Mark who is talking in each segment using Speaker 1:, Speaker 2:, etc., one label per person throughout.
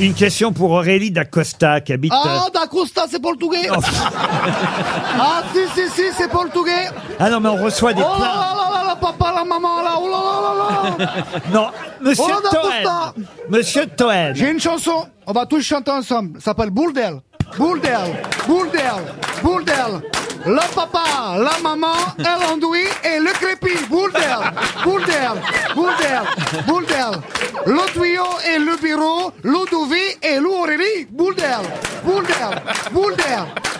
Speaker 1: Une question pour Aurélie Dacosta qui habite.
Speaker 2: Ah, da Costa, c'est portugais. ah, si, si, si, c'est portugais.
Speaker 1: euh, Ah non, mais on reçoit
Speaker 2: Oh
Speaker 1: des
Speaker 2: là
Speaker 1: plaintes.
Speaker 2: là là là, papa, la maman, là, oh là là là là.
Speaker 1: Non, monsieur
Speaker 2: Oh, Da Costa.
Speaker 1: Toen. Monsieur Toen.
Speaker 2: J'ai une chanson, on va tous chanter ensemble. Ça s'appelle Bouldel. Bouldel, Bouldel, Bouldel. Le papa, la maman, El Andoui et le crépi. Bouldel, Bouldel, Bouldel, Bouldel. Le tuyau et le bureau, l'Oudouvi et l'Ouriri. Bouldel, Bouldel, Bouldel,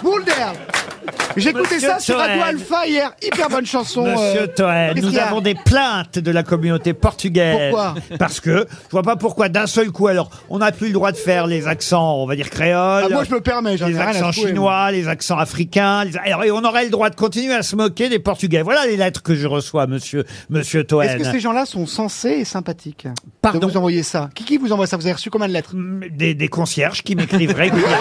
Speaker 2: Bouldel. J'écoutais
Speaker 1: Monsieur
Speaker 2: ça sur Radio
Speaker 1: Toen.
Speaker 2: Alpha hier. Hyper bonne chanson. euh,
Speaker 1: Monsieur Toen,
Speaker 2: qu'est-ce qu'il
Speaker 1: nous
Speaker 2: y a
Speaker 1: avons des plaintes de la communauté portugaise.
Speaker 2: Pourquoi
Speaker 1: Parce que, je vois pas pourquoi, d'un seul coup, alors, on n'a plus le droit de faire les accents, on va dire créoles.
Speaker 2: Ah, moi, je me permets, j'en ai
Speaker 1: Les
Speaker 2: rien à
Speaker 1: accents
Speaker 2: secouer,
Speaker 1: chinois, les accents africains. les- Alors, et on aurait le droit de continuer à se moquer des portugais. Voilà les lettres que je reçois, monsieur, monsieur Toen.
Speaker 2: Est-ce que ces gens-là sont sensés et sympathiques
Speaker 1: Pardon
Speaker 2: de vous envoyer ça Qui qui vous envoie ça Vous avez reçu combien de lettres
Speaker 1: Mm, Des, des concierges qui m'écrivent régulièrement.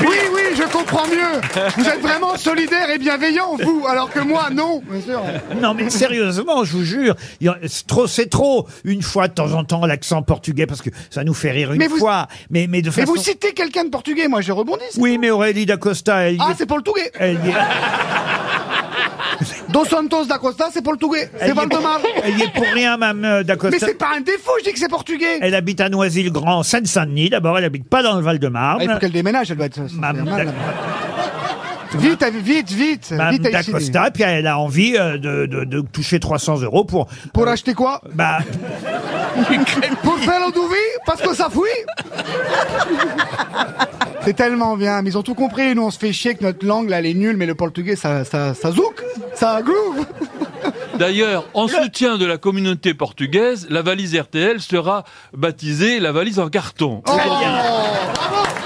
Speaker 2: Oui, oui, je comprends mieux. Vous êtes vraiment solidaire et bienveillant, vous, alors que moi, non. Bien sûr.
Speaker 1: Non mais sérieusement, je vous jure, il y en- c'est trop, c'est trop. Une fois de temps en temps l'accent portugais parce que ça nous fait rire une
Speaker 2: Mais vous-
Speaker 1: fois. Mais mais de
Speaker 2: Mais
Speaker 1: façon.
Speaker 2: vous citez quelqu'un de portugais, moi, je rebondis.
Speaker 1: Oui, mais Aurélie Dacosta, elle y
Speaker 2: Ah,
Speaker 1: est-
Speaker 2: c'est portugais.
Speaker 1: elle y est,
Speaker 2: Dos Santos da Costa, c'est portugais.
Speaker 1: elle y
Speaker 2: C'est
Speaker 1: est-
Speaker 2: Valdemar.
Speaker 1: elle y est pour rien, même
Speaker 2: Mais
Speaker 1: Dacosta.
Speaker 2: c'est pas un défaut, je dis que c'est portugais.
Speaker 1: Elle habite à Noisy-le-Grand, Seine-Saint-Denis. D'abord, elle habite pas dans le
Speaker 2: Ah, il faut
Speaker 1: Val-de-Marne.
Speaker 2: qu'elle déménage, elle doit être. c'est
Speaker 1: Mme
Speaker 2: normal.
Speaker 1: Da-
Speaker 2: Vite, à- vite, vite,
Speaker 1: Mme
Speaker 2: vite à Issy.
Speaker 1: Dacosta, puis elle a envie euh, de, de- de toucher 300 euros pour.
Speaker 2: Pour acheter quoi
Speaker 1: Bah,
Speaker 2: Pour faire l'endouvi Parce que ça fouille C'est tellement bien, mais ils ont tout compris. Nous, on se fait chier que notre langue, là, elle est nulle, mais le portugais, ça, ça, ça zouk, ça groove.
Speaker 3: D'ailleurs, en soutien de la communauté portugaise, la valise RTL sera baptisée la valise en carton.
Speaker 2: Oh, bravo